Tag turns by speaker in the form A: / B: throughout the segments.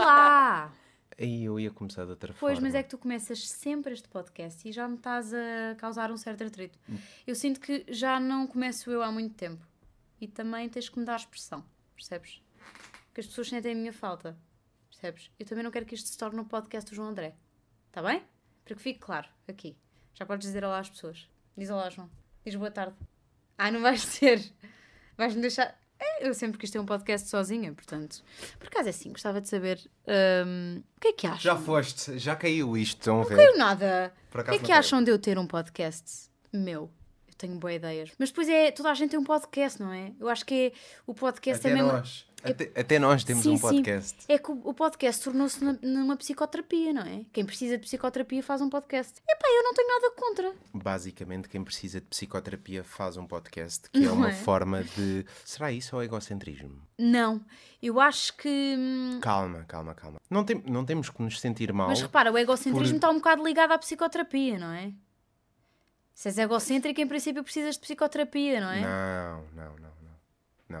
A: 啊
B: começado de outra
A: Pois,
B: forma.
A: mas é que tu começas sempre este podcast e já me estás a causar um certo atrito.
B: Hum.
A: Eu sinto que já não começo eu há muito tempo. E também tens que me dar expressão, percebes? Porque as pessoas sentem a minha falta, percebes? Eu também não quero que isto se torne um podcast do João André. Está bem? Para que fique claro, aqui. Já podes dizer olá às pessoas. Diz olá, João. Diz boa tarde. Ah, não vais ser. Vais-me deixar. É, Eu sempre quis ter um podcast sozinha, portanto. Por acaso é assim, gostava de saber hum, o que é que achas?
B: Já foste, já caiu isto, estão a ver?
A: caiu nada.
B: Por
A: O que
B: acaso
A: é
B: não
A: que
B: caiu.
A: acham de eu ter um podcast meu? Eu tenho boas ideias. Mas depois é, toda a gente tem um podcast, não é? Eu acho que é, o podcast
B: Até
A: é mesmo...
B: nós. Até, até nós temos
A: Sim,
B: um
A: sim.
B: podcast.
A: É que o o podcast tornou-se na- numa psicoterapia, não é? Quem precisa de psicoterapia faz um podcast. Epá, eu não tenho nada contra.
B: Basicamente, quem precisa de psicoterapia faz um podcast, que é
A: Não
B: uma
A: é?
B: forma de. Será isso ou egocentrismo?
A: Não. Eu acho que... hum,
B: Calma, calma, calma. Não, tem, não temos que nos sentir mal.
A: Mas repara, o egocentrismo
B: Por-
A: está um bocado ligado à psicoterapia, não é? Se és egocêntrico, em princípio precisas de psicoterapia, não é?
B: Não, não, não, não.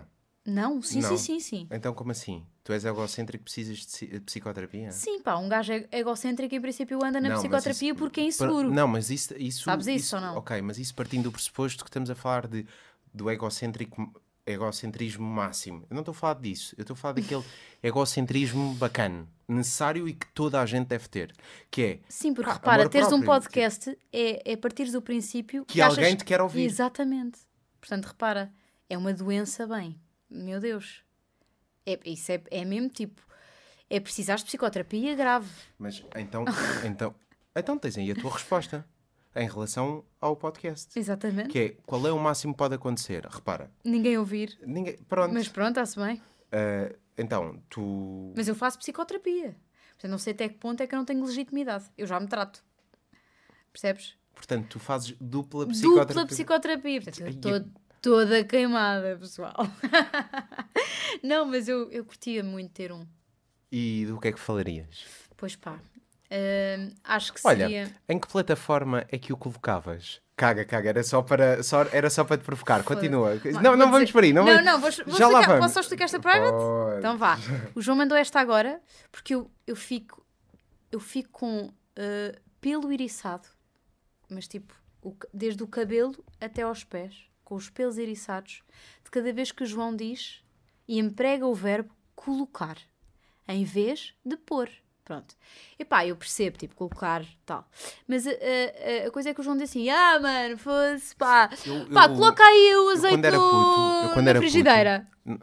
A: Não? Sim,
B: Não.
A: sim, sim, sim.
B: Então, como assim? Tu és egocêntrico e precisas de si- de psicoterapia?
A: Sim, pá, um gajo eg- egocêntrico em princípio anda na
B: É. Não, mas
A: psicoterapia
B: isso-
A: porque é
B: Pra-
A: inseguro.
B: Não, mas isso, isso.
A: Sabes isso ou não?
B: Ok, mas isso partindo do pressuposto que estamos a falar de, do egocêntrico, egocentrismo máximo. Eu não estou a falar disso. Eu estou a falar daquele egocentrismo bacana, necessário e que toda a gente deve ter. Que é.
A: Sim, porque
B: Ah,
A: repara,
B: amor
A: teres um
B: próprio,
A: podcast é, é partir do princípio
B: Que alguém te quer ouvir.
A: Exatamente. Portanto, repara, é uma doença, bem, meu Deus. É, isso é, é mesmo tipo. É precisar de psicoterapia grave.
B: Mas então. então, então tens aí a tua resposta em relação ao podcast.
A: Exatamente.
B: Que é qual é o máximo que pode acontecer? Repara,
A: Ninguém ouvir.
B: ninguém. Pronto.
A: Mas pronto, está-se bem.
B: ah, então, tu.
A: Mas eu faço psicoterapia. Portanto, não sei até que ponto é que eu não tenho legitimidade. Eu já me trato. Percebes?
B: Portanto, tu fazes dupla psicoterapia.
A: dupla psicoterapia. Portanto, eu
B: Ai,
A: estou toda queimada, pessoal. não, mas eu, eu curtia muito ter um.
B: E do que é que falarias?
A: Pois pá. Hum, acho que
B: Olha,
A: seria.
B: em que plataforma é que o colocavas? Caga, caga, era só para, só, era só para te provocar. Continua.
A: Vá,
B: não,
A: vou
B: não vamos
A: dizer-
B: por aí. Não,
A: não,
B: vamos-
A: não, vou, vou
B: Já lá
A: explicar.
B: vamos.
A: Posso só explicar esta private?
B: Pode.
A: Então vá. O João mandou esta agora porque eu, eu fico. Eu fico com ah, pelo iriçado, mas tipo, o ca- desde o cabelo até aos pés, com os pelos eriçados, de cada vez que o João diz e emprega o verbo colocar, em vez de pôr. Pronto. Epá, eu percebo, tipo, colocar, tal. Mas a, a- a- a coisa é que o João diz assim, ah, mano, fosse, pá,
B: Eu-
A: pá,
B: eu-
A: coloca aí o
B: eu
A: azeite
B: quando era puto- eu
A: no-
B: quando
A: na
B: era puto-
A: frigideira.
B: Eu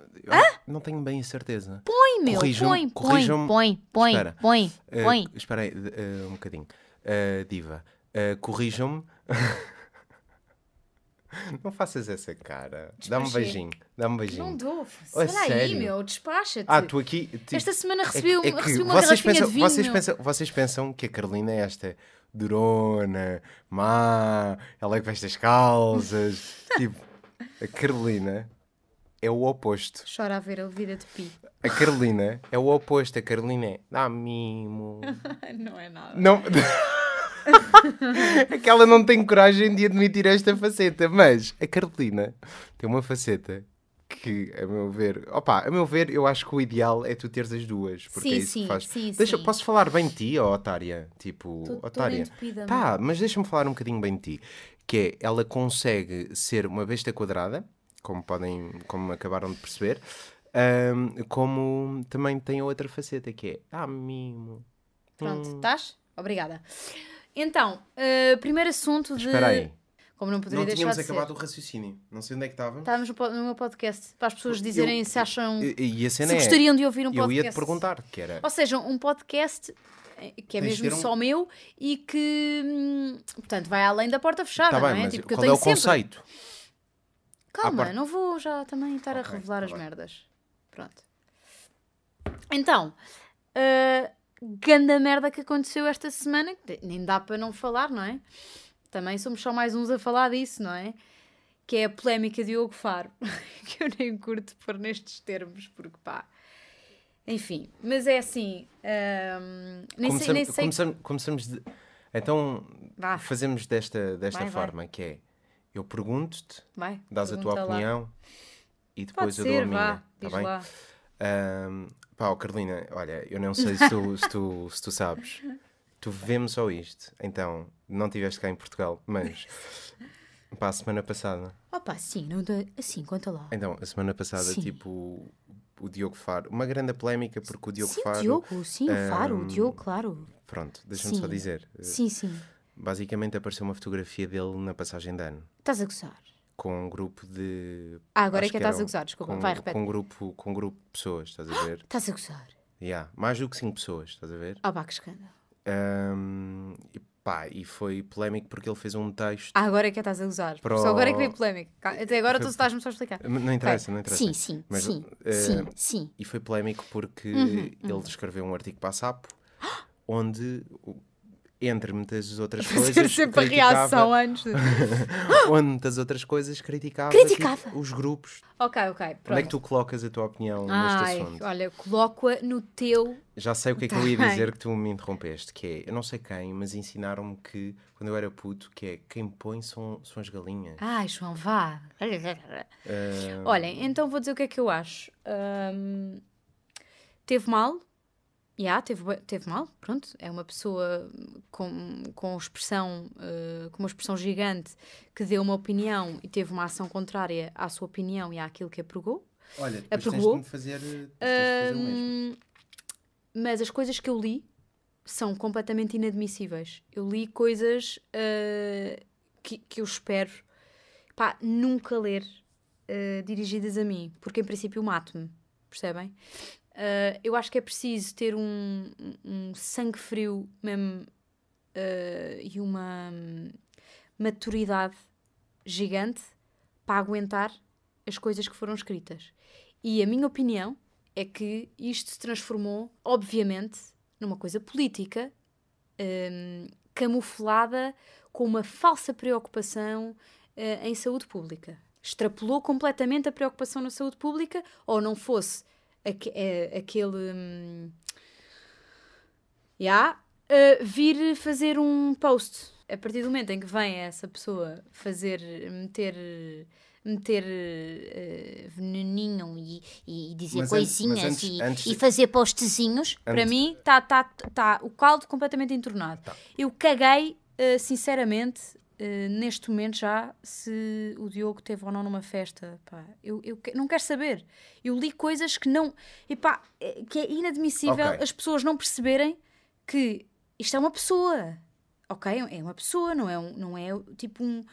B: Não tenho bem a certeza.
A: Põe, meu,
B: Corrijam-
A: põe,
B: corrijam-
A: põe, põe,
B: Espera.
A: põe,
B: Eh,
A: põe.
B: espera aí, de- eh, um bocadinho. Eh, diva, eh, corrijam-me. não faças essa cara. Dá-me um
A: Despachei.
B: beijinho. Dá-me um beijinho.
A: Não dou,
B: Oh,
A: será aí,
B: sério?
A: meu, despacha-te.
B: Ah, tu aqui. ti-
A: Esta semana
B: É que-
A: recebi, um-
B: é que
A: recebi uma
B: vocês
A: garrafinha
B: pensam,
A: de vinho.
B: vocês
A: meu.
B: pensam, vocês pensam que a Carolina é esta durona, má, ela é que veste as calças. tipo, a Carolina é o oposto.
A: Chora a ver a vida de pi.
B: A Carolina é o oposto. A Carolina é dá mimo.
A: não é nada.
B: Não. é que ela não tem coragem de admitir esta faceta, mas a Carolina tem uma faceta que, a meu ver, opa, a meu ver, eu acho que o ideal é tu teres as duas, porque
A: Sim,
B: é isso
A: sim,
B: que faz.
A: sim,
B: Deixa,
A: sim.
B: Posso falar bem de ti, ó otária? Tipo,
A: Tô- toda
B: otária.
A: entupida,
B: Pá, mas deixa-me falar um bocadinho bem de ti, que é, ela consegue ser uma besta quadrada, como podem, como acabaram de perceber, ahm, como também tem a outra faceta, que é, ah, mimo.
A: Pronto, estás? Obrigada. Então, eh, primeiro assunto de.
B: Espera aí.
A: Como não poderia
B: não
A: deixar
B: tínhamos
A: de
B: acabado
A: ser. Tá
B: o raciocínio. Não sei onde é que estava.
A: Estávamos no, po- no meu podcast para as pessoas dizerem se acham.
B: E, e a cena
A: se
B: é,
A: gostariam de ouvir um
B: eu
A: podcast.
B: ia-te perguntar, que era...
A: Ou seja, um podcast eh, que é
B: Tens de
A: mesmo
B: ter um-
A: só meu e que, hum, portanto, vai além da porta fechada,
B: Está
A: não
B: bem,
A: é?
B: mas
A: Tipo, que eu
B: qual
A: tenho
B: é o
A: sempre.
B: conceito?
A: Calma,
B: parte-
A: não vou já também estar a
B: Ok,
A: revelar
B: tá
A: as
B: bem.
A: merdas. Pronto. Então, ah, ganda merda que aconteceu esta semana, que nem dá para não falar, não é? Também somos só mais uns a falar disso, não é? Que é a polémica de Hugo Faro, que eu nem curto pôr nestes termos, porque pá. Enfim, mas é assim. ahm, nem sei, nem sei.
B: começamos- começamos de- Então,
A: Vá.
B: fazemos desta, desta
A: Ah. Vai, vai.
B: forma, que é... Eu pergunto-te,
A: Vai,
B: dás a tua
A: pergunta lá.
B: opinião e
A: Pode
B: depois eu dou a
A: ser,
B: minha.
A: vá,
B: tá
A: diz
B: bem?
A: lá.
B: Ahm, pá, ó, Carolina, olha, eu não sei se tu, se tu, se tu sabes. Tu vemos só isto. Então, não estiveste cá em Portugal, mas. Pá, a semana passada.
A: Opa, sim, não dou- assim, conta lá.
B: Então, a semana passada,
A: Sim.
B: tipo, o Diogo Faro. Uma grande polémica, porque o Diogo
A: sim,
B: Faro. Ehm,
A: Diogo, sim, o Faro,
B: ahm,
A: o Diogo, claro.
B: Pronto, deixa-me só
A: Sim.
B: dizer.
A: Sim, sim.
B: Basicamente apareceu uma fotografia dele na passagem de ano.
A: Estás a gozar.
B: Com um grupo de.
A: Ah, agora é
B: acho
A: que estás
B: eram-
A: a gozar, desculpa.
B: Com,
A: Vai, repete.
B: Com um grupo, com um grupo de pessoas, estás a ver?
A: Estás a gozar.
B: Yeah, mais do que cinco pessoas, estás a ver?
A: Ah, pá, que escândalo.
B: Ahm, e pá, e foi polémico porque ele fez um texto.
A: Ah, agora é que estás a gozar.
B: Pro-
A: Só agora é que veio polémica. Cá- Até agora tu estás-me só a explicar.
B: Mas Não interessa, não interessa.
A: Sim, sim,
B: Mas,
A: sim,
B: eh,
A: sim, sim.
B: E foi polémico porque
A: Uhum,
B: ele escreveu um artigo para a SAP onde, o- entre muitas outras
A: Fazer
B: coisas.
A: sempre a
B: criticava-
A: reação antes. de-
B: Onde muitas outras coisas criticava,
A: Criticava.
B: tipo, os grupos.
A: ok, ok, pronto.
B: Onde é que tu colocas a tua opinião
A: Ai,
B: neste assunto?
A: olha, coloco-a no teu...
B: Já sei o que é que eu
A: Tá
B: ia
A: bem.
B: dizer que tu me interrompeste, que é, eu não sei quem, mas ensinaram-me que, quando eu era puto, que é quem põe são, são as galinhas.
A: Ai, João, vá. Olhem, então vou dizer o que é que eu acho. Ahm, teve mal. Já, teve, bué- teve mal, pronto. É uma pessoa com, com, expressão, eh, com uma expressão gigante que deu uma opinião e teve uma ação contrária à sua opinião e àquilo que apregou.
B: Olha,
A: depois tens Apregou. de me
B: fazer,
A: Ahm, mas as coisas que eu li são completamente inadmissíveis. Eu li coisas ah, que, que eu espero pá, nunca ler ah, dirigidas a mim, porque em princípio mato-me, percebem? Ah, eu acho que é preciso ter um, um sangue frio mesmo ah, e uma hum, maturidade gigante para aguentar as coisas que foram escritas. E a minha opinião é que isto se transformou, obviamente, numa coisa política, hum, camuflada com uma falsa preocupação eh, em saúde pública. Extrapolou completamente a preocupação na saúde pública, ou não fosse aque- eh, aquele. hum, Ya, eh, vir fazer um post. A partir do momento em que vem essa pessoa fazer, meter, meter eh, veneninho e, e dizer
B: Mas antes- mas
A: coisinhas
B: antes-
A: e,
B: antes-
A: e fazer postezinhos, para mim está tá, tá o caldo completamente entornado. Eu caguei, eh, sinceramente, eh, neste momento já, se o Diogo teve ou não numa festa. Pá, eu, eu que- não quero saber. Eu li coisas que não. Epá, eh, que é inadmissível
B: Ok.
A: as pessoas não perceberem que isto é uma pessoa. Ok? É uma pessoa, não é, um, não é tipo um,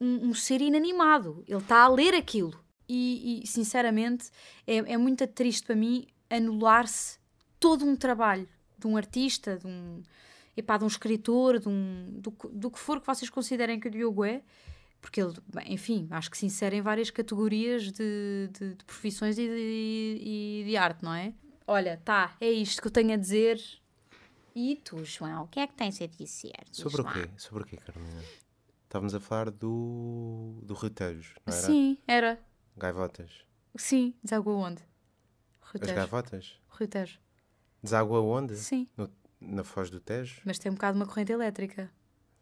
A: um, um ser inanimado. Ele está a ler aquilo. E, e, sinceramente, é, é muito triste para mim anular-se todo um trabalho de um artista, de um, epá, de um escritor, de um, do, que- do que for que vocês considerem que o Diogo é, porque ele, bem, enfim, acho que se insere em várias categorias de, de- de profissões e de, e de arte, não é? Olha, tá, é isto que eu tenho a dizer. E tu, João, o que é que tens a dizer? Diz
B: Sobre o
A: lá.
B: quê? Sobre o quê, Carolina? Estávamos a falar do, do Ruteiros, não era?
A: Sim, era.
B: Gaivotas.
A: Sim, desagua onde?
B: As
A: Reuters.
B: gaivotas.
A: Reuters.
B: Deságua onde?
A: Sim,
B: No- na Foz do Tejo?
A: mas tem um bocado uma corrente elétrica.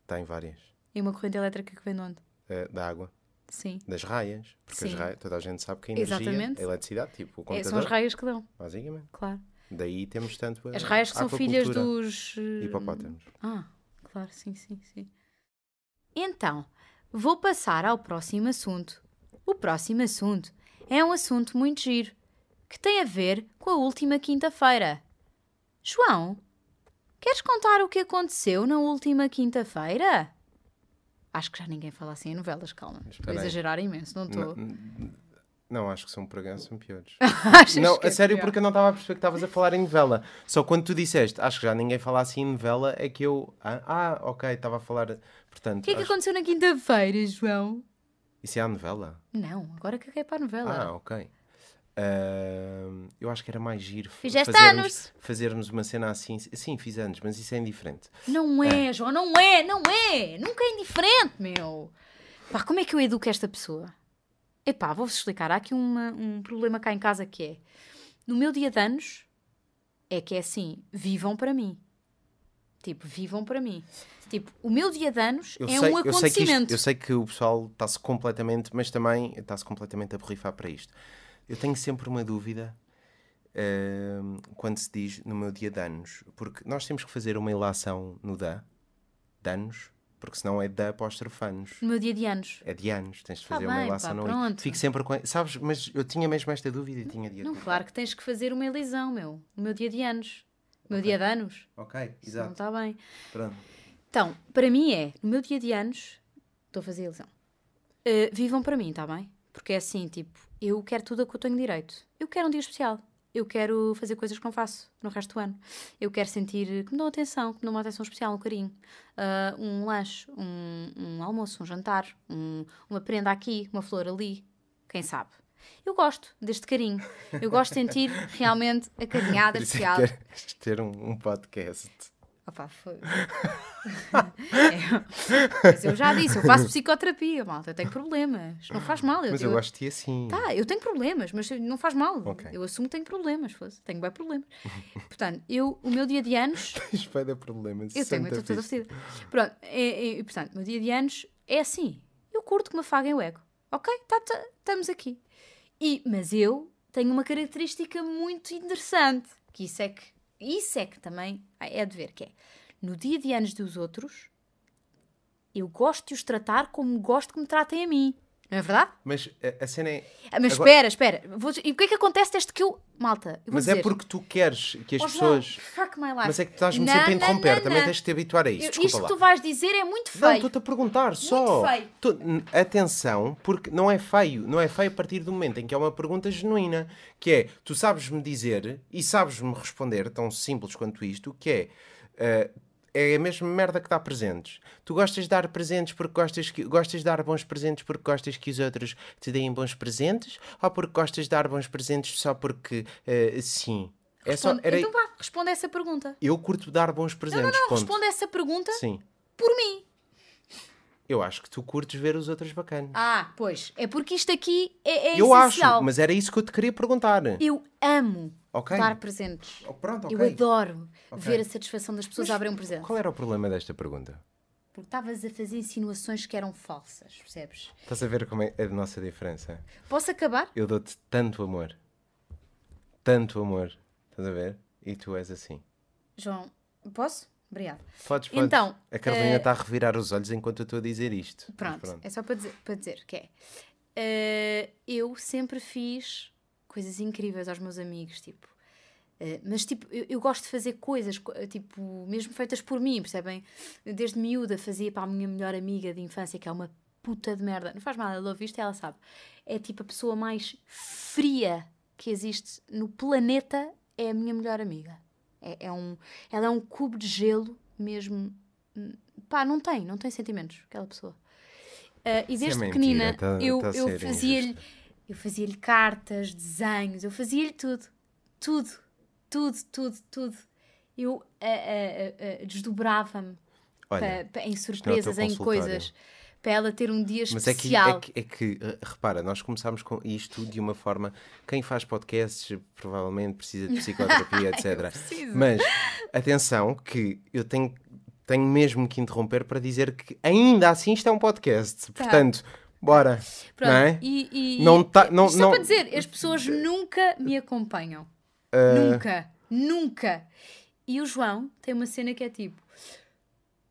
B: Tem várias.
A: E uma corrente elétrica que vem de onde?
B: Eh, da água.
A: Sim.
B: Das raias. Porque as
A: Sim.
B: raias, toda a gente sabe que a energia,
A: Exatamente.
B: a eletricidade, tipo o
A: É, são as
B: computador,
A: raias que dão,
B: basicamente.
A: claro.
B: Daí temos tanto a
A: As raias que são filhas
B: aquacultura
A: dos.
B: e
A: eh,
B: Hipopótamos.
A: Ah, claro, sim, sim, sim. Então, vou passar ao próximo assunto. O próximo assunto é um assunto muito giro, que tem a ver com a última quinta-feira. João, queres contar o que aconteceu na última quinta-feira? Acho que já ninguém fala assim em novelas, calma. Estou a
B: aí.
A: exagerar imenso, não estou.
B: Não, não, acho que são por acaso são piores.
A: Achas
B: não,
A: que
B: a
A: é
B: sério,
A: pior?
B: porque eu não estava a perceber que estavas a falar em novela. Só quando tu disseste, acho que já ninguém fala assim em novela, é que eu. Ah, ah, ok, estava a falar. Portanto,
A: O que é que
B: acho-
A: aconteceu na quinta-feira, João?
B: isso é a novela?
A: Não, agora caguei para a novela.
B: Ah, ok. Ahm, eu acho que era mais giro fa-
A: Fizeste
B: fazermos,
A: anos?
B: fazermos uma cena assim. Sim, fiz anos, mas isso é indiferente.
A: Não é, João, não é, não é. Nunca é indiferente, meu. Pá, como é que eu educo esta pessoa? Epá, vou-vos explicar. Há aqui uma- um problema cá em casa que é... No meu dia de anos, é que é assim, vivam para mim. Tipo, vivam para mim. Tipo, o meu dia de anos
B: Eu,
A: é
B: sei,
A: um
B: eu, sei que isto-
A: acontecimento.
B: eu sei que o pessoal está-se completamente, mas também está-se completamente a borrifar para isto. Eu tenho sempre uma dúvida ahm, quando se diz no meu dia de anos, porque nós temos que fazer uma ilação no da, de anos, porque senão é da apóstrofe anos.
A: No meu dia de anos.
B: É de anos, tens de
A: Tá
B: fazer uma
A: bem,
B: ilação
A: pá,
B: no
A: pronto.
B: Fico sempre com. Sabes, mas eu tinha mesmo esta dúvida e tinha dia
A: Não,
B: de
A: claro que tens que fazer uma elisão, meu. No meu dia de anos. No meu dia de anos.
B: Ok,
A: Isso Não
B: exato.
A: está tá bem.
B: Pronto.
A: Então, para mim é, no meu dia de anos, estou a fazer ilusão. Uh, vivam para mim, está bem? Porque é assim, tipo, eu quero tudo a que eu tenho direito. Eu quero um dia especial. Eu quero fazer coisas que não faço no resto do ano. Eu quero sentir que me dão atenção, que me dão uma atenção especial, um carinho. Uh, um lanche, um, um almoço, um jantar, um- uma prenda aqui, uma flor ali. Quem sabe? Eu gosto deste carinho. Eu gosto de sentir realmente acarinhada,
B: Por isso é que
A: especial.
B: queres ter um, um podcast.
A: Opa, foi. É, mas eu já disse, eu faço psicoterapia, malta, eu tenho problemas. Não faz mal, eu,
B: Mas eu gosto de ti assim.
A: Tá, eu tenho problemas, mas não faz mal.
B: Ok.
A: Eu assumo que tenho problemas, fosse. Tenho bem problemas. Portanto, eu, o meu dia de anos.
B: Tens bué de problemas.
A: Eu tenho, eu
B: santa
A: estou toda
B: pista.
A: vestida. Pronto, é, é, e, portanto, o meu dia de anos é assim. Eu curto que me afaguem o ego. Ok? Tá, tá, estamos aqui. E, mas eu tenho uma característica muito interessante, que isso é que, isso é que também é de ver, que é, no dia de anos dos outros, eu gosto de os tratar como gosto que me tratem a mim. Não é verdade?
B: Mas a, a cena é.
A: Ah, Mas
B: Agora-
A: espera, espera. Vou dizer- e o que é que acontece desde que eu... Malta, eu vou
B: Mas
A: dizer...
B: é porque tu queres que as
A: Oh, João,
B: pessoas.
A: fuck my life.
B: Mas é que tu estás-me
A: Não,
B: sempre a
A: não,
B: interromper.
A: não,
B: Também
A: não.
B: tens de te habituar a isso.
A: Eu-
B: Desculpa
A: isto
B: lá.
A: que tu vais dizer é muito
B: Não,
A: feio.
B: estou-te a perguntar só.
A: feio.
B: Tô- n- atenção, porque não é feio. Não é feio a partir do momento em que é uma pergunta genuína. Que é, tu sabes-me dizer e sabes-me responder, tão simples quanto isto, que é. eh, é a mesma merda que dá presentes. Tu gostas de dar presentes porque gostas, que, gostas de dar bons presentes porque gostas que os outros te deem bons presentes ou porque gostas de dar bons presentes só porque eh, sim? É só,
A: Responde-
B: era,
A: Então vá, responde essa pergunta.
B: eu curto dar bons presentes.
A: Não,
B: ponto.
A: responde essa pergunta
B: Sim.
A: por mim.
B: Eu acho que tu curtes ver os outros bacanas.
A: Ah, pois. É porque isto aqui é, é
B: eu acho,
A: essencial.
B: mas era isso que eu te queria perguntar.
A: Eu amo
B: Ok.
A: dar presentes.
B: Oh, Pronto, ok.
A: Eu adoro
B: Ok.
A: ver a satisfação das pessoas
B: Mas
A: a abrir um presente.
B: Qual era o problema desta pergunta?
A: Porque estavas a fazer insinuações que eram falsas, percebes?
B: Estás a ver como é a nossa diferença?
A: Posso acabar?
B: Eu dou-te tanto amor. Tanto amor. Estás a ver? E tu és assim.
A: João, posso? Obrigada.
B: Podes, podes.
A: Então,
B: a Carolina
A: eh,
B: está a revirar os olhos enquanto eu estou a dizer isto. Mas
A: Pronto, é só para dizer, para dizer que é. eh, eu sempre fiz coisas incríveis aos meus amigos, tipo. eh, mas, tipo, eu, eu gosto de fazer coisas, co- eh, tipo, mesmo feitas por mim, percebem? Desde miúda fazia para a minha melhor amiga de infância, que é uma puta de merda. Não faz mal, ela ouve isto e ela sabe. É tipo a pessoa mais fria que existe no planeta, é a minha melhor amiga. É, é um, ela é um cubo de gelo mesmo. hum, Pá, não tem, não tem sentimentos, aquela pessoa. Ah, e
B: Isso é
A: desde
B: mentira,
A: pequenina
B: tá-
A: eu,
B: tá a
A: eu
B: ser
A: fazia-lhe
B: injusto.
A: eu fazia-lhe cartas, desenhos, eu fazia-lhe tudo, tudo, tudo, tudo, tudo. Eu ah, ah, ah, ah, desdobrava-me
B: Olha, é
A: pa- pa- em surpresas, em
B: consultório.
A: coisas, para ela ter um dia
B: Mas é que,
A: especial.
B: é, que, é que, eh, repara, nós começámos com isto de uma forma. Quem faz podcasts eh, provavelmente precisa de psicoterapia, etc.
A: preciso.
B: Mas atenção, que eu tenho, tenho mesmo que interromper para dizer que ainda assim isto é um podcast. Portanto, bora.
A: Pronto,
B: não é?
A: Tá. e, e-
B: Não tá-
A: e-
B: não-
A: só
B: não-
A: para dizer, as pessoas nunca me acompanham.
B: Eh.
A: Nunca, nunca. E o João tem uma cena que é tipo: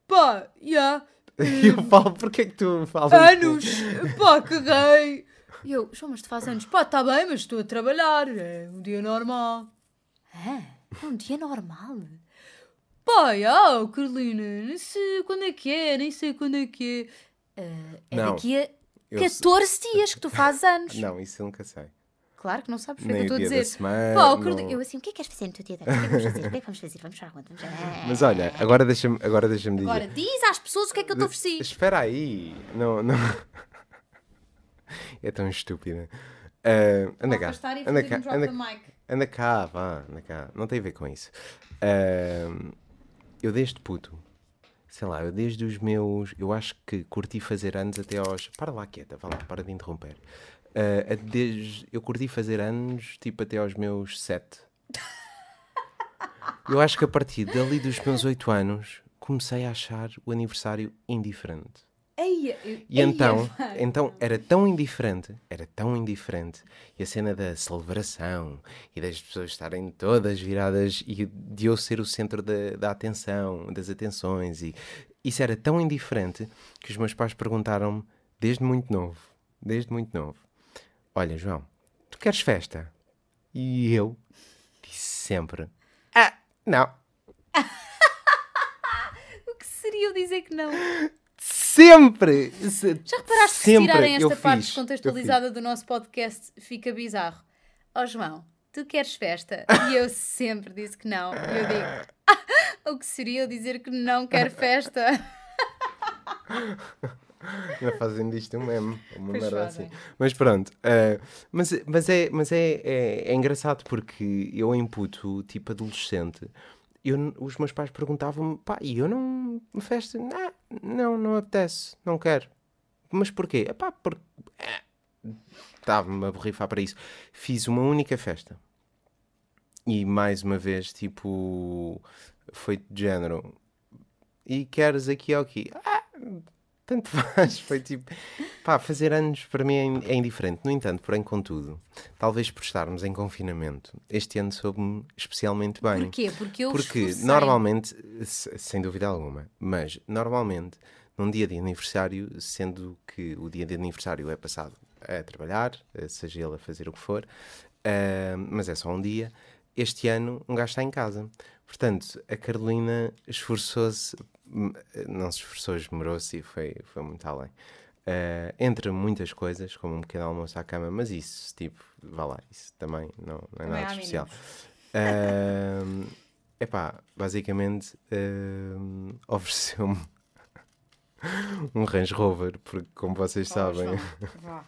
A: pá, yeah,
B: E eu falo, porque é que tu falas?
A: anos, pá, caguei. E eu, João, mas tu fazes anos? Pá, tá bem, mas estou a trabalhar, é um dia normal. Ah, é um dia normal? Pá, ah, Carolina, não sei quando é que é, nem sei quando é que é. Ah, é
B: Não,
A: daqui a
B: eu
A: 14 dias que tu fazes anos.
B: Não, isso eu nunca sei.
A: Claro que não sabes o que é que eu
B: Nem o
A: estou a
B: dia da
A: dizer.
B: semana.
A: Pá, o Carolina,
B: não-
A: eu assim, o que é que queres fazer no teu dia de anos? O que é que vamos fazer? O que é que vamos fazer? Vamos já, vamos já.
B: Mas olha, agora deixa-me agora deixa dizer.
A: Agora, diz às pessoas o que é que eu te ofereci.
B: Espera aí. Não, não. É tão estúpida. Ah, anda cá.
A: Afastar e
B: Anda
A: fazer
B: cá.
A: um drop
B: Anda,
A: the mic.
B: anda cá, vá, anda cá. Não tem a ver com isso. Ah, eu desde puto, sei lá, eu desde os meus. Eu acho que curti fazer anos até aos. Para lá, quieta, vá lá, para de interromper. Ah, desde, eu curti fazer anos tipo até aos meus sete. Eu acho que a partir dali dos meus oito anos comecei a achar o aniversário indiferente.
A: Ei, eu-
B: E
A: ei,
B: então,
A: eu-
B: então era tão indiferente, era tão indiferente, e a cena da celebração e das pessoas estarem todas viradas e de eu ser o centro da, da atenção, das atenções, e isso era tão indiferente que os meus pais perguntaram-me desde muito novo, desde muito novo, olha João, tu queres festa? E eu disse sempre, ah, não,
A: O que seria eu dizer que não?
B: sempre! se-
A: Já reparaste que se
B: sempre
A: tirarem
B: eu
A: esta
B: fiz,
A: parte
B: eu fiz.
A: descontextualizada do nosso podcast fica bizarro? Ó João, tu queres festa? E eu sempre disse que não. E eu digo, "Ah, o que seria eu dizer que não quero festa?
B: Ainda fazem disto um meme, uma
A: Pois
B: merda
A: fazem.
B: assim. Mas pronto, eh, mas, mas, é, mas é, é, é engraçado porque eu em puto, tipo adolescente, eu, n- os meus pais perguntavam-me, pá, e eu não, festa, não, não, não apetece, não quero. Mas porquê? Epá, porque... eh, Estava-me a borrifar para isso. Fiz uma única festa. E mais uma vez, tipo, foi de género. E queres aqui ou aqui? Ah, tanto faz. Foi tipo, pá, fazer anos para mim é in- é indiferente. No entanto, porém, contudo, talvez por estarmos em confinamento, este ano soube-me especialmente bem.
A: Porquê? Porque eu
B: Porque
A: esforcei-me.
B: normalmente, se- sem dúvida alguma, mas normalmente num dia de aniversário, sendo que o dia de aniversário é passado a trabalhar, eh, seja ele a fazer o que for, eh, mas é só um dia, este ano um gajo está em casa. Portanto, a Carolina esforçou-se, hum, eh, não se esforçou, esmerou-se e foi, foi muito além. Eh, entre muitas coisas, como um pequeno almoço à cama, mas isso, tipo, vá lá, isso também não, não é
A: Também há
B: nada de especial. Eh, Ahm, epá, basicamente ahm, ofereceu-me um Range Rover, porque como vocês
A: Ó,
B: sabem,
A: João, vá.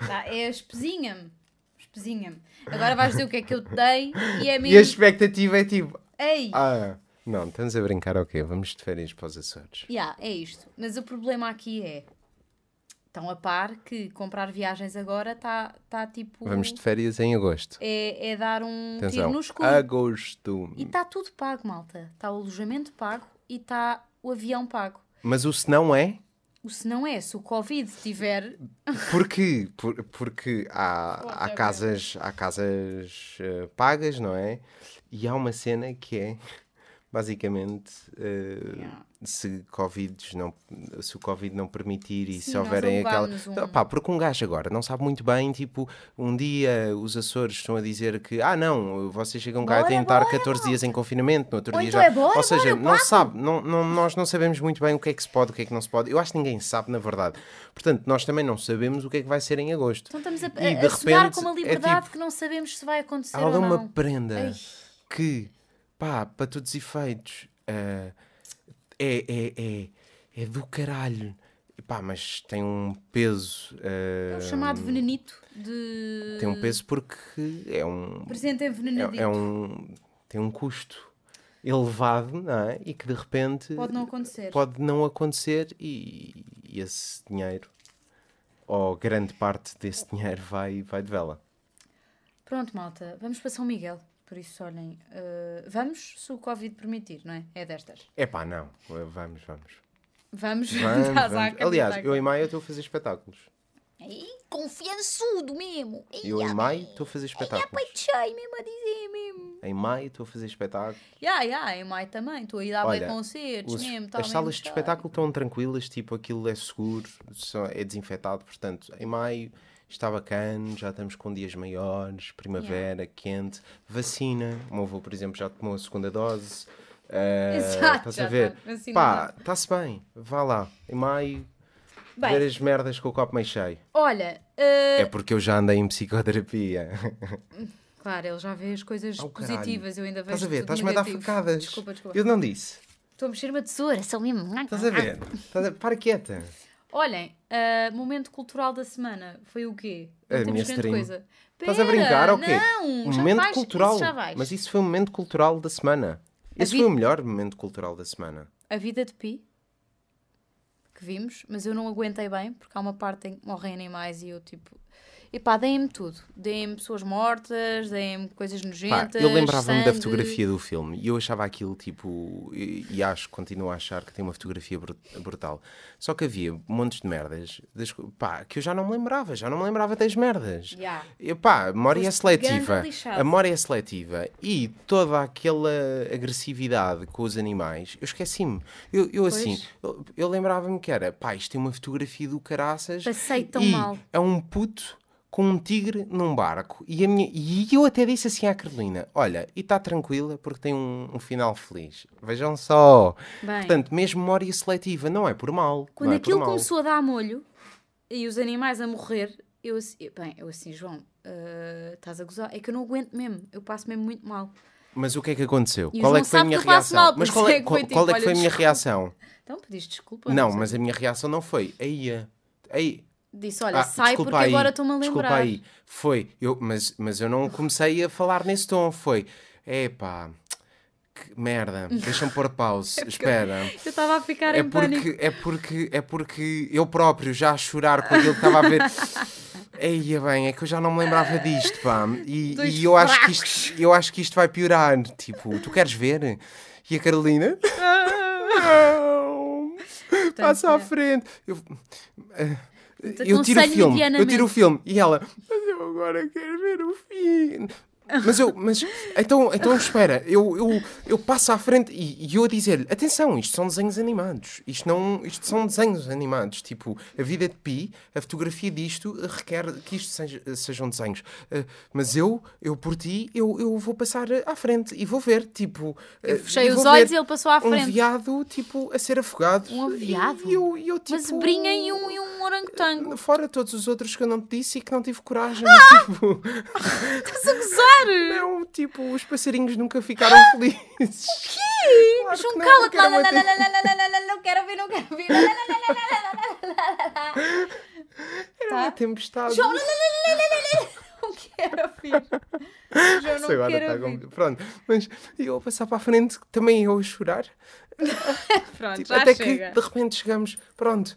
A: Vá, é espesinha-me. Espesinha-me. Agora vais dizer o que é que eu te dei e é
B: e a
A: mesmo.
B: expectativa é tipo,
A: Ei!
B: ah, não, estamos a brincar ok, vamos de férias para os Açores.
A: Ya, é isto. Mas o problema aqui é. Estão a par que comprar viagens agora está tá, tipo.
B: Vamos de férias em agosto.
A: É, é dar um tiro
B: Atenção, Ah,
A: no escuro.
B: agosto.
A: E está tudo pago, malta. Está o alojamento pago e está o avião pago.
B: Mas o se não é,
A: O se não é, se o Covid tiver.
B: Porque, por- porque há, há
A: Whatever.
B: casas, há casas eh, pagas, não é? E há uma cena que é basicamente eh,
A: Yeah.
B: se, COVID não, se o Covid não permitir
A: Sim,
B: e se
A: nós
B: houverem aquela.
A: alugámos um-
B: Tá, pá, porque um gajo agora não sabe muito bem, tipo, um dia os Açores estão a dizer que ah não, vocês chegam cá e
A: Bora,
B: têm de estar
A: bora,
B: 14 dias em confinamento, no outro
A: Ou
B: dia
A: então
B: já.
A: é bora,
B: Ou seja,
A: bora,
B: não sabe, não, não- nós não sabemos muito bem o que é que se pode, o que é que não se pode. Eu acho que ninguém sabe, na verdade. Portanto, nós também não sabemos o que é que vai ser em agosto.
A: Então estamos a,
B: E,
A: a,
B: de
A: a sonhar
B: repente,
A: com uma
B: é
A: liberdade
B: tipo,
A: que não sabemos se vai acontecer
B: Há ali
A: ou não.
B: uma prenda
A: Ei.
B: que, pá, para todos os efeitos, ah, é, é, é, é do caralho. Pá, mas tem um peso.
A: É
B: ah,
A: o chamado venenito de.
B: tem um peso porque é um,
A: Presente envenenadito.
B: é, é um tem um custo elevado não é? e que de repente
A: Pode não acontecer.
B: pode não acontecer e, e esse dinheiro ou grande parte desse dinheiro vai vai de vela
A: Pronto, malta, vamos para São Miguel. Por isso, olhem, eh, vamos se o Covid permitir, não é? É destas.
B: é pá não vamos vamos,
A: Vamos,
B: Vamos,
A: estás a
B: vamos.
A: acreditar
B: aliás
A: que-
B: eu em maio estou a fazer espetáculos
A: Ih, confiançudo mesmo. Ih,
B: eu em maio estou a fazer espetáculos
A: Achei mesmo a dizer mesmo.
B: em maio estou a fazer espetáculos
A: Ya, ya, em maio também. Estou a ir dar bem
B: Olha,
A: concertos
B: Os-
A: mesmo. tá
B: as
A: mesmo
B: salas de
A: cheio.
B: espetáculo estão tranquilas, tipo, aquilo é seguro, só- é desinfetado, portanto, em maio está bacana, já estamos com dias maiores, primavera, quente, vacina, o meu avô, por exemplo, já tomou a segunda dose, eh,
A: Exato,
B: estás
A: já
B: a ver?
A: está vacinado.
B: Pá, está-se bem, vá lá, em maio,
A: Bem,
B: ver as merdas com o copo meio cheio.
A: olha. eh,
B: É porque eu já andei em psicoterapia.
A: Claro, ele já vê as coisas
B: Oh, caralho.
A: positivas. Eu ainda vejo.
B: Estás a
A: tudo
B: ver, estás-me a dar
A: negativo.
B: facadas.
A: Desculpa, desculpa. Ah,
B: Eu não disse.
A: Estou a mexer uma tesoura, só mesmo.
B: Estás a ver? Estás a- Para quieta.
A: Olhem, ah, momento cultural da semana foi o quê?
B: A
A: Não
B: minha
A: temos grande
B: stream.
A: coisa.
B: Estás a brincar ou quê?
A: Não,
B: Um
A: já
B: momento
A: vais,
B: cultural.
A: isso já vais.
B: Mas isso foi o momento cultural da semana. Esse
A: vida-
B: foi o melhor momento cultural da semana.
A: A vida de Pi, que vimos, mas eu não aguentei bem, porque há uma parte em que morrem animais e eu, tipo, E pá, deem-me tudo. Deem-me pessoas mortas, deem-me coisas
B: Pá,
A: nojentas.
B: eu lembrava-me da
A: sangue.
B: fotografia do filme e eu achava aquilo tipo. E, e acho, continuo a achar que tem uma fotografia brut- brutal. Só que havia montes de merdas das co- pá, que eu já não me lembrava, já não me lembrava das merdas.
A: Yeah.
B: E, pá, a memória é
A: Foste
B: seletiva.
A: ganda lixado.
B: A memória é seletiva e toda aquela agressividade com os animais, eu esqueci-me. Eu, eu assim, eu, eu lembrava-me que era, pá, isto tem uma fotografia do caraças.
A: Passei tão
B: e
A: mal.
B: É um puto com um tigre num barco. E, a minha, e eu até disse assim à Carolina: olha, e está tranquila porque tem um, um final feliz. Vejam só.
A: Bem.
B: Portanto, mesmo memória seletiva, não é por mal.
A: Quando
B: não é por
A: aquilo
B: mal.
A: começou a dar molho e os animais a morrer, eu assim, eu- bem, eu assim, João, ah, estás a gozar? É que eu não aguento mesmo, eu passo mesmo muito mal.
B: Mas o que é que aconteceu?
A: E o
B: qual é
A: João
B: que foi a
A: sabe
B: minha
A: que eu faço
B: reação?
A: mal, por
B: mas
A: isso
B: qual
A: é
B: é,
A: que
B: qual,
A: foi tipo,
B: qual é que
A: olha,
B: foi a minha
A: desculpa.
B: reação?
A: Então pediste desculpa.
B: Não,
A: sei.
B: mas a minha reação não foi. Aí, aí.
A: Disse, olha,
B: ah,
A: sai
B: desculpa
A: porque
B: aí,
A: agora estou-me a
B: Desculpa
A: lembrar.
B: aí. Foi. Eu, mas, mas eu não comecei a falar nesse tom. Foi. Epá. Que merda. Deixa-me pôr pause. Espera.
A: É Eu estava a ficar
B: É
A: em pânico.
B: porque, é, porque, é porque eu próprio já a chorar com aquilo que estava a ver. Eia bem, é que eu já não me lembrava disto, pá. E,
A: Dois
B: e eu, acho que
A: fracos.
B: isto, eu acho que isto vai piorar. Tipo, tu queres ver? E a Carolina? Não. Passa à
A: é.
B: frente. Eu,
A: Te
B: eu tiro o
A: aconselho
B: filme, eu
A: medianamente.
B: tiro o filme. E ela, mas eu agora quero ver o fim. Mas eu, mas, então, então espera, eu, eu, eu passo à frente e, e eu a dizer-lhe: atenção, isto são desenhos animados, isto, não, isto são desenhos animados. Tipo, a vida de Pi, a fotografia disto requer que isto seja- sejam desenhos. Eh, mas eu, eu por ti, eu, eu vou passar à frente e vou ver. Tipo, eh,
A: Eu fechei
B: e
A: os
B: vou
A: olhos
B: ver
A: e ele passou à
B: Um
A: frente.
B: viado, tipo, a ser afogado.
A: Um
B: E-
A: viado?
B: E eu, e eu, tipo,
A: Mas brinha e um, e um orangotango.
B: Fora todos os outros que eu não te disse e que não tive coragem. Tipo,
A: Estás a gozar?
B: não, tipo, os passarinhos nunca ficaram felizes. O quê? Claro que
A: Ah! João,
B: não,
A: cala-te.
B: eu
A: um Lá, lá,
B: quero
A: lá,
B: manter-
A: lá, lá, lá, lá, lá, lá, Não quero ver, não quero ver. Lá, lá, lá, lá, lá, lá, lá, lá, lá, lá, lá.
B: Era uma tempestade.
A: Tá. João, não, não, não, não, não, não, não, não quero ouvir. João, não
B: Isso agora
A: quero
B: está
A: ouvir.
B: com- Pronto, mas eu a passar para a frente, também eu a chorar.
A: Pronto,
B: Tipo,
A: já
B: até
A: chega.
B: que de repente chegamos, pronto,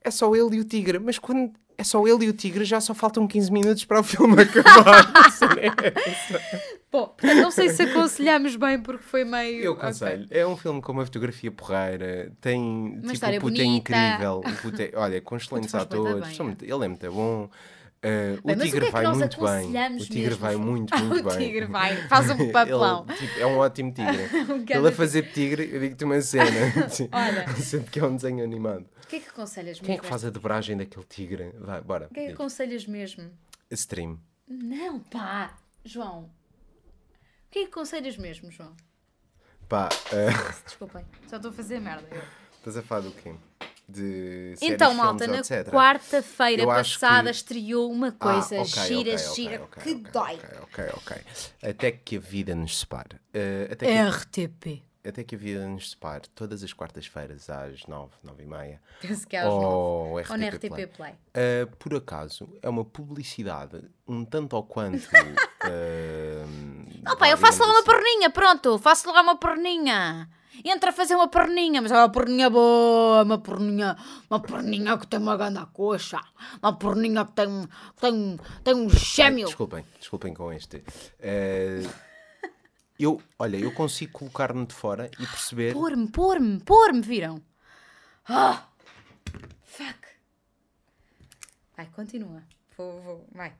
B: é só ele e o tigre. Mas quando é só ele e o tigre, já só faltam 15 minutos para o filme acabar. A cena é essa.
A: Bom, portanto, não sei se aconselhamos bem porque foi meio...
B: Eu
A: Ok.
B: aconselho. É um filme com uma fotografia porreira, tem tipo,
A: história
B: o puto é
A: bonita.
B: incrível, o puto é- olha, com excelentes
A: faz bué da
B: atores,
A: bem,
B: são
A: é.
B: muito- ele é muito bom. eh,
A: Bem,
B: o
A: mas o
B: tigre
A: que é que
B: vai
A: nós
B: muito bem.
A: aconselhamos
B: O tigre
A: mesmo?
B: vai muito,
A: Ah,
B: muito
A: O
B: bem.
A: tigre vai, faz um
B: Ele,
A: papelão.
B: tipo, é um ótimo tigre.
A: Um
B: ele
A: grande
B: a fazer de tigre, eu digo-te uma cena. Sim.
A: Olha.
B: Sendo que é um desenho animado.
A: O que é que aconselhas mesmo?
B: Quem é que faz a dobragem daquele tigre? Vai, bora.
A: O que é que
B: diz.
A: aconselhas mesmo?
B: Stream.
A: Não, pá, João. O que é que aconselhas mesmo, João?
B: Pá, eh,
A: Desculpem, só estou a fazer merda. eu.
B: estás a falar do quê? De séries,
A: Então,
B: filmes,
A: malta, na
B: etc.
A: quarta-feira
B: Eu acho
A: passada
B: que-
A: estreou uma
B: Ah,
A: coisa
B: ok,
A: gira,
B: ok, ok,
A: gira,
B: ok,
A: que
B: ok,
A: dói.
B: Ok, ok, ok. Até que a vida nos separe. Eh, até,
A: É.
B: que,
A: RTP.
B: até que a vida nos separe, todas as quartas-feiras às nove, nove e meia.
A: Penso que é aos nove.
B: Ou
A: Ou na
B: RTP Play.
A: RTP Play.
B: Eh, por acaso, é uma publicidade um tanto ou quanto. eh,
A: Opa, eu faço lá
B: assim.
A: uma perninha, pronto, faço lá uma perninha. Entra a fazer uma perninha, mas é uma perninha boa, uma perninha, uma perninha que tem uma grande coxa, uma perninha que tem, que tem, tem um gêmeo.
B: Desculpem, desculpem com este. Eh, eu, olha, eu consigo colocar-me de fora e perceber.
A: Pôr-me, pôr-me, pôr-me, viram? Ah! Fuck! Vai, continua. Vou, vou, vai.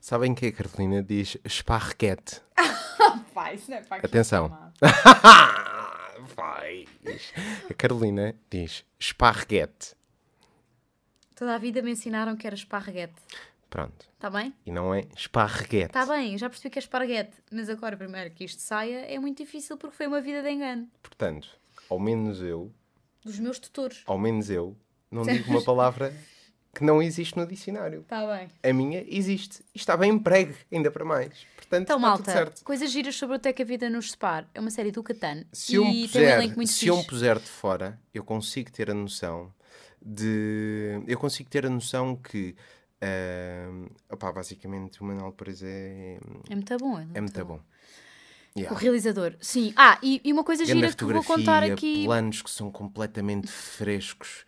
B: Sabem que a Carolina diz esparquete.
A: Vai, isso não é para aqui.
B: Atenção. Vai. A Carolina diz esparguete.
A: Toda a vida me ensinaram que era esparguete,
B: Pronto.
A: está bem?
B: E não é esparguete.
A: Está bem, já percebi que é esparguete, mas agora primeiro que isto saia é muito difícil porque foi uma vida de engano.
B: Portanto, ao menos eu,
A: Dos meus tutores.
B: ao menos eu, não digo uma palavra que não existe no dicionário.
A: Está Tá bem.
B: A minha existe. E está bem empregue, ainda para mais. Portanto,
A: Então,
B: está Tá tudo
A: malta,
B: certo.
A: coisas giras sobre o Até que a Vida nos separe. É uma série do Catan.
B: Se eu, me
A: e tem um
B: puser,
A: elenco muito
B: se eu me
A: fixe.
B: puser de fora, eu consigo ter a noção de. Eu consigo ter a noção que. ah, opá, basicamente, o Manuel Perez é
A: É muito bom. ele
B: É muito bom.
A: O
B: Yeah.
A: realizador, sim. Ah, e, e uma coisa
B: Grande
A: gira que vou contar
B: fotografia,
A: aqui.
B: planos que são completamente frescos.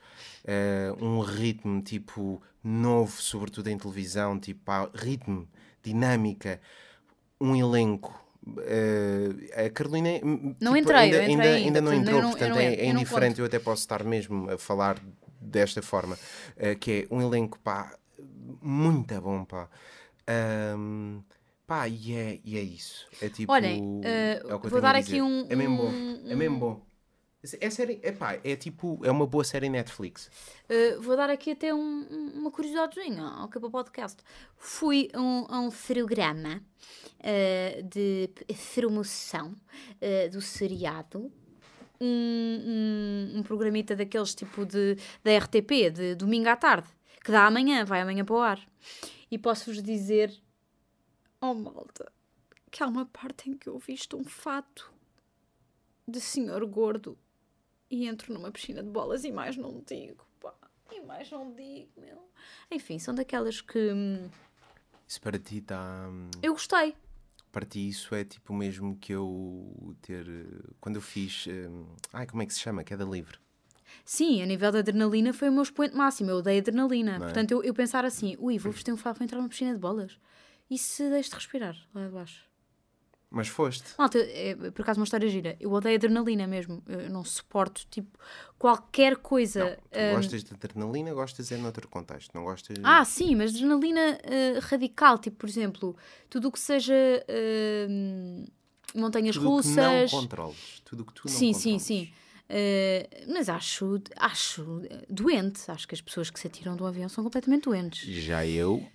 B: eh, um ritmo tipo novo, sobretudo em televisão, tipo pá, ritmo, dinâmica, um elenco. Eh, a Carolina hum,
A: Não
B: tipo,
A: entrei,
B: ainda,
A: eu entrei
B: ainda,
A: ainda, portanto,
B: não
A: eu
B: entrou,
A: não- eu
B: portanto
A: não
B: é,
A: entro,
B: é
A: eu não
B: indiferente. Eu até posso estar mesmo a falar desta forma, eh, que é um elenco pá, muito é bom, pá. Ahm, pá, e é, e é isso. É tipo.
A: Olhem, eh,
B: é o que
A: vou
B: eu tenho a
A: dar
B: dizer.
A: aqui um-
B: É mesmo bom.
A: um-
B: É mesmo bom. É série, é pá, é tipo, é uma boa série Netflix.
A: Uh, vou dar aqui até um- um- uma curiosidadezinha ao que é para o podcast. Fui a um, a um programa uh, de p- promoção uh, do seriado. Um, um, um programita daqueles tipo de, da RTP, de domingo à tarde, que dá amanhã, vai amanhã para o ar. E posso-vos dizer, oh malta, que há uma parte em que eu visto um fato de senhor gordo e entro numa piscina de bolas e mais não digo, pá. E mais não digo, meu. Enfim, são daquelas que hum,
B: Isso para ti está.
A: eu gostei.
B: Para ti isso é tipo o mesmo que eu ter. eh, Quando eu fiz. eh, Ai, como é que se chama? Queda livre.
A: Sim, a nível da adrenalina foi o meu expoente máximo. Eu odeio adrenalina.
B: Não é?
A: Portanto, eu, eu pensar assim, ui, vou vestir um fato para entrar numa piscina de bolas. E se deixo de respirar lá de baixo?
B: Mas foste.
A: Malta, é, por acaso uma história gira. Eu odeio adrenalina mesmo. Eu não suporto, tipo, qualquer coisa.
B: Tu gostas de adrenalina, gostas é noutro contexto. Não gostas.
A: Ah, sim, mas adrenalina eh, radical, tipo, por exemplo, tudo o que seja eh, montanhas
B: tudo o que não
A: russas.
B: controles. Tudo o que tu não
A: Sim,
B: controles.
A: sim, sim. Eh, mas acho, acho eh, doente. Acho que as pessoas que se atiram do avião são completamente doentes.
B: Já eu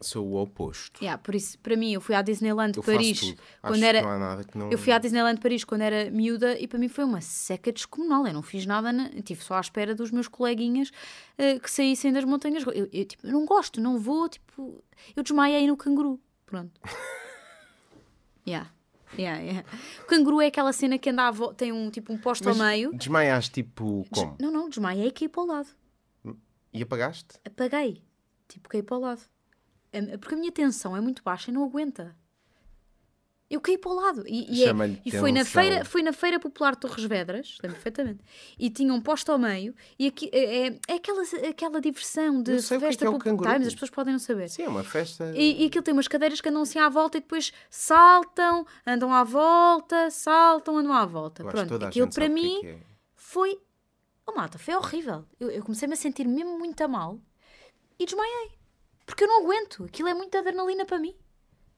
B: sou o oposto.
A: Yeah, por isso, para mim, eu fui à Disneyland
B: Eu
A: Paris
B: faço tudo.
A: quando
B: Acho
A: era.
B: que não há nada que não. é.
A: Eu fui à Disneyland Paris quando era miúda e para mim foi uma seca descomunal. Eu não fiz nada, na... estive só à espera dos meus coleguinhas eh, que saíssem das montanhas. Eu, eu, tipo, eu não gosto, não vou. Tipo, eu desmaiei no canguru. Pronto. yeah. Yeah, yeah. O canguru é aquela cena que anda à vo... tem um, tipo, um posto
B: Mas
A: ao meio.
B: Desmaiaste tipo
A: Des-
B: como?
A: Não, não, desmaiei e caí para o lado.
B: E apagaste?
A: Apaguei. Tipo, caí para o lado. A- Porque a minha tensão é muito baixa e não aguenta. Eu caí para o lado. E, e, é-
B: Chama-lhe
A: e foi, na
B: tensão.
A: feira, foi na Feira Popular de Torres Vedras, lembro perfeitamente, e tinham um posto ao meio, e aqui, é, é- é aquela, aquela diversão de
B: Eu sei o que é
A: festa
B: que é o
A: popu-
B: canguru.
A: Tá, mas as pessoas podem não saber.
B: Sim, é uma festa.
A: E, e aquilo tem umas cadeiras que andam assim à volta e depois saltam, andam à volta, saltam, andam à volta.
B: Eu acho que
A: Pronto,
B: toda a
A: aquilo
B: gente
A: para
B: sabe o que
A: mim
B: é que é.
A: foi. Oh, malta, foi horrível. Eu, eu comecei-me a sentir mesmo muito a mal e desmaiei. Porque eu não aguento. Aquilo é muita adrenalina para mim.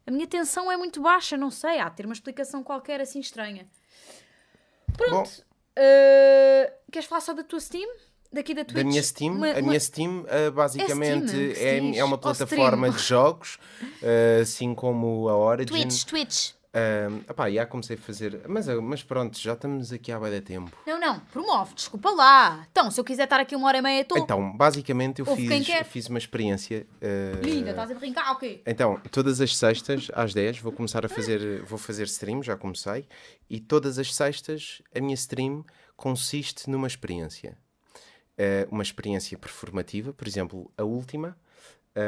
A: A minha tensão é muito baixa, não sei. Há de ter uma explicação qualquer assim estranha. Pronto. eh, queres falar só da tua Steam? Daqui da Twitch?
B: Da minha Steam,
A: Uma-
B: a
A: uma-
B: minha Steam ah,
A: Steam,
B: basicamente
A: que se
B: é,
A: diz,
B: é
A: ou
B: uma
A: stream.
B: plataforma de jogos, ah, assim como a Origin.
A: Twitch, Twitch.
B: Ah, opá, já comecei a fazer, mas, ah, mas pronto, já estamos aqui há bué de tempo.
A: Não, não. Promove, desculpa lá. Então, se eu quiser estar aqui uma hora e meia, estou.
B: Então, basicamente eu
A: Ouve quem
B: fiz,
A: quer.
B: fiz uma experiência. ah,
A: Linda, estás a brincar, ok.
B: Então, todas as sextas, às 10, vou começar a fazer, vou fazer stream, já comecei, e todas as sextas a minha stream consiste numa experiência. Eh, uma experiência performativa, por exemplo, a última.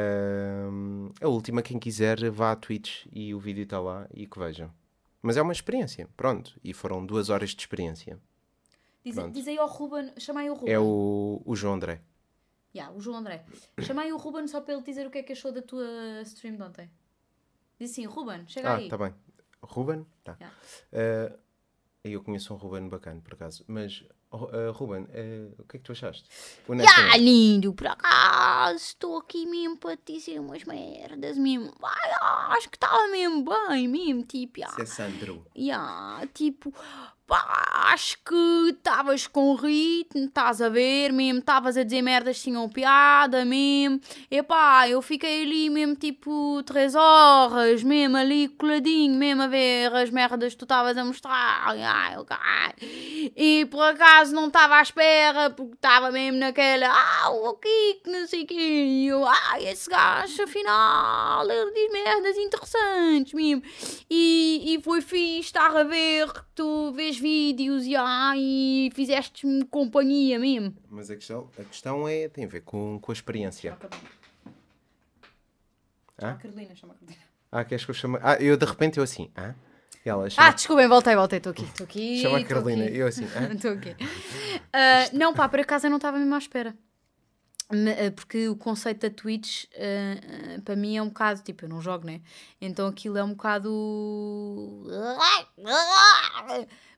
B: Ahm, a última, quem quiser, vá à Twitch e o vídeo está lá e que vejam. Mas é uma experiência, pronto. E foram duas horas de experiência.
A: Diz,
B: Pronto.
A: diz aí ao Ruben, chama aí o Ruben.
B: É o, o João André.
A: Ya, o João André. Chamei o Ruben só para ele dizer o que é que achou da tua stream de ontem. Diz assim, Ruben, chega
B: Ah,
A: aí.
B: tá bem. Ruben? Tá.
A: Yeah.
B: Eh, eu conheço um Ruben bacana, por acaso. Mas, oh, eh, Ruben, eh, o que é que tu achaste? Honestamente.
C: Ah, lindo, por acaso estou aqui mesmo para te dizer umas merdas mesmo. Ai, ah, acho que estava mesmo bem, mesmo, tipo, ah,
B: Isso é Sandro.
C: yeah, tipo, pá, acho que estavas com ritmo, estás a ver mesmo, estavas a dizer merdas que tinham piada mesmo. Epá, eu fiquei ali mesmo tipo três horas, mesmo ali coladinho, mesmo a ver as merdas que tu estavas a mostrar. Ai, ai, ai. E por acaso não estava à espera, porque estava mesmo naquela, ah, o que não sei o quê. E eu, ai, esse gajo, afinal, ele diz merdas interessantes mesmo. E, e foi fixe estar a ver que tu vês vídeos e, ai, e fizeste-me companhia mesmo.
B: Mas a questão, a questão é, tem a ver com, com a experiência.
A: Chama a Carolina.
B: Hã?
A: Chama a Carolina, chama a Carolina.
B: Ah, queres que eu chame? Ah, eu de repente eu assim. Ah? Ela
A: Ah,
B: chama,
A: desculpem, voltei, voltei, estou aqui, estou aqui.
B: chama a
A: estou
B: Carolina.
A: aqui.
B: E eu assim, "Hã?"
A: Estou aqui. Ah, não, pá, por acaso eu não estava mesmo à espera. Me- ah, Porque o conceito da Twitch ah, ah, para mim é um bocado tipo, eu não jogo, né? Então aquilo é um bocado.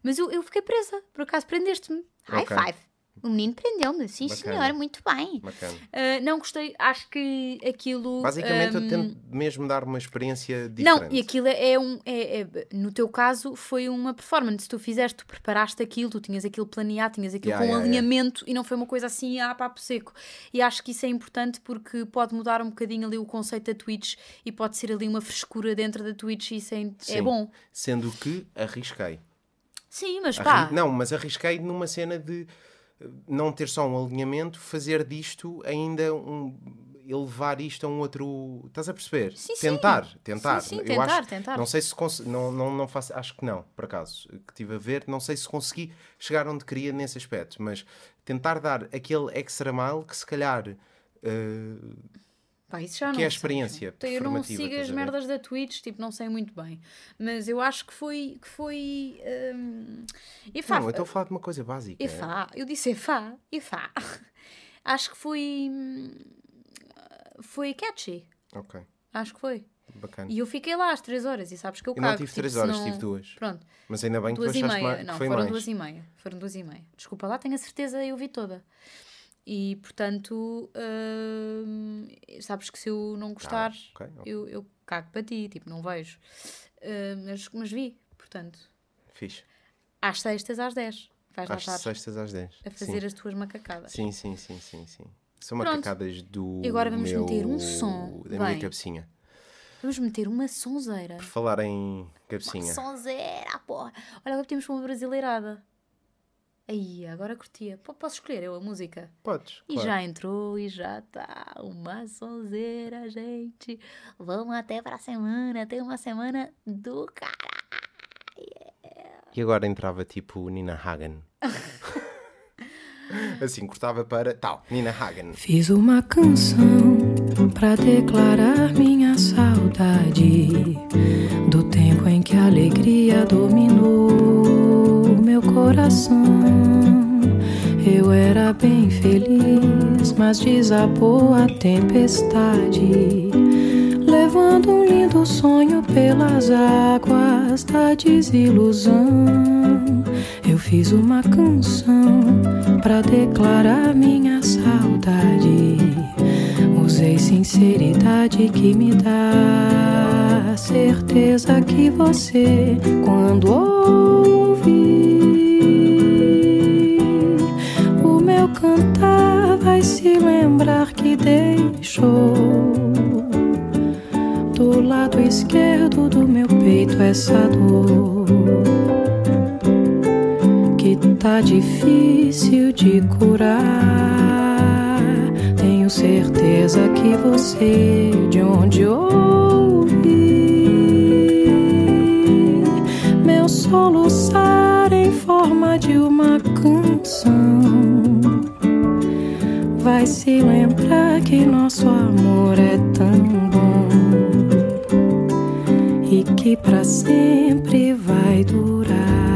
A: Mas eu, eu fiquei presa, por acaso prendeste-me. High
B: Ok.
A: five. O menino prendeu-me, sim
B: Bacana.
A: senhor, muito bem.
B: bacana.
A: Ah, não gostei, acho que aquilo.
B: Basicamente,
A: ah,
B: eu tento mesmo dar uma experiência diferente.
A: não, e aquilo é é um. É, é- no teu caso, foi uma performance. Tu fizeste, tu preparaste aquilo, tu tinhas aquilo planeado, tinhas aquilo
B: Yeah,
A: com um
B: yeah, yeah.
A: alinhamento e não foi uma coisa assim a papo seco. E acho que isso é importante porque pode mudar um bocadinho ali o conceito da Twitch e pode ser ali uma frescura dentro da Twitch e isso é, é
B: Sim.
A: bom.
B: Sendo que arrisquei.
A: Sim, mas
B: Arri-
A: pá.
B: Não, mas arrisquei numa cena de eh, não ter só um alinhamento, fazer disto ainda um. elevar isto a um outro. Estás a perceber?
A: Sim, sim.
B: tentar, tentar.
A: Sim, sim,
B: Eu
A: tentar,
B: acho-
A: tentar.
B: Não sei se consegui. Não, não, não faço, acho que não, por acaso. Que estive a ver, não sei se consegui chegar onde queria nesse aspecto, mas tentar dar aquele extra mile que se calhar. eh,
A: Pá, isso já
B: que
A: não
B: é a
A: sei.
B: experiência
A: Então, eu não
B: performativa,
A: sigo
B: estás
A: as
B: a ver?
A: merdas da Twitch, tipo, não sei muito bem. Mas eu acho que foi. Que foi hum, e faz-
B: Não, eu estou a falar de uma coisa básica.
A: E fá, eu disse e fá, e fá. Acho que foi. hum, Foi catchy.
B: Ok,
A: Acho que foi.
B: bacana.
A: E eu fiquei lá às 3 horas, e sabes que eu
B: Eu
A: cago.
B: não tive
A: tipo,
B: 3
A: se
B: horas,
A: não-
B: tive 2.
A: Pronto,
B: Mas ainda bem que tu
A: duas e
B: achaste
A: meia.
B: ma-
A: Não,
B: que foi
A: foram
B: mais. Tá,
A: duas e meia. Foram duas e meia. Desculpa lá, tenho a certeza, eu vi toda. E portanto, hum, sabes que se eu não gostar,
B: Ah, ok, ok.
A: Eu, eu cago para ti, tipo, não vejo. Hum, mas, mas vi, portanto,
B: Fixe.
A: às sextas, às 10. Vais lá
B: Às
A: estar
B: sextas às 10.
A: a fazer as tuas macacadas.
B: sim. sim, sim, sim, sim, sim. São
A: Pronto.
B: macacadas do.
A: E agora vamos
B: meu...
A: meter um som.
B: Da minha
A: Bem.
B: cabecinha.
A: Vamos meter uma sonzeira.
B: Por falar em cabecinha.
A: Sonzeira, porra. Olha, agora temos uma brasileirada. Aí, agora curtia. P- Posso escolher eu a música?
B: Podes.
A: E
B: claro.
A: já entrou e já tá uma sonzeira, gente. Vamos até pra semana. Tem uma semana do cara.
B: E agora entrava tipo Nina Hagen. assim, cortava para. Tal, Nina Hagen.
D: Fiz uma canção pra declarar minha saudade do tempo em que a alegria dominou meu coração. Eu era bem feliz, mas desabou a tempestade, levando um lindo sonho pelas águas da desilusão. Eu fiz uma canção pra declarar minha saudade. Usei sinceridade que me dá certeza que você, quando ouvir o meu cantar, vai se lembrar que deixou. Do lado esquerdo do meu peito, essa dor que tá difícil de curar. Tenho certeza que você, de onde ouvir, meu soluçar em forma de uma canção. Vai se lembrar que nosso amor é tão bom e que pra sempre vai durar.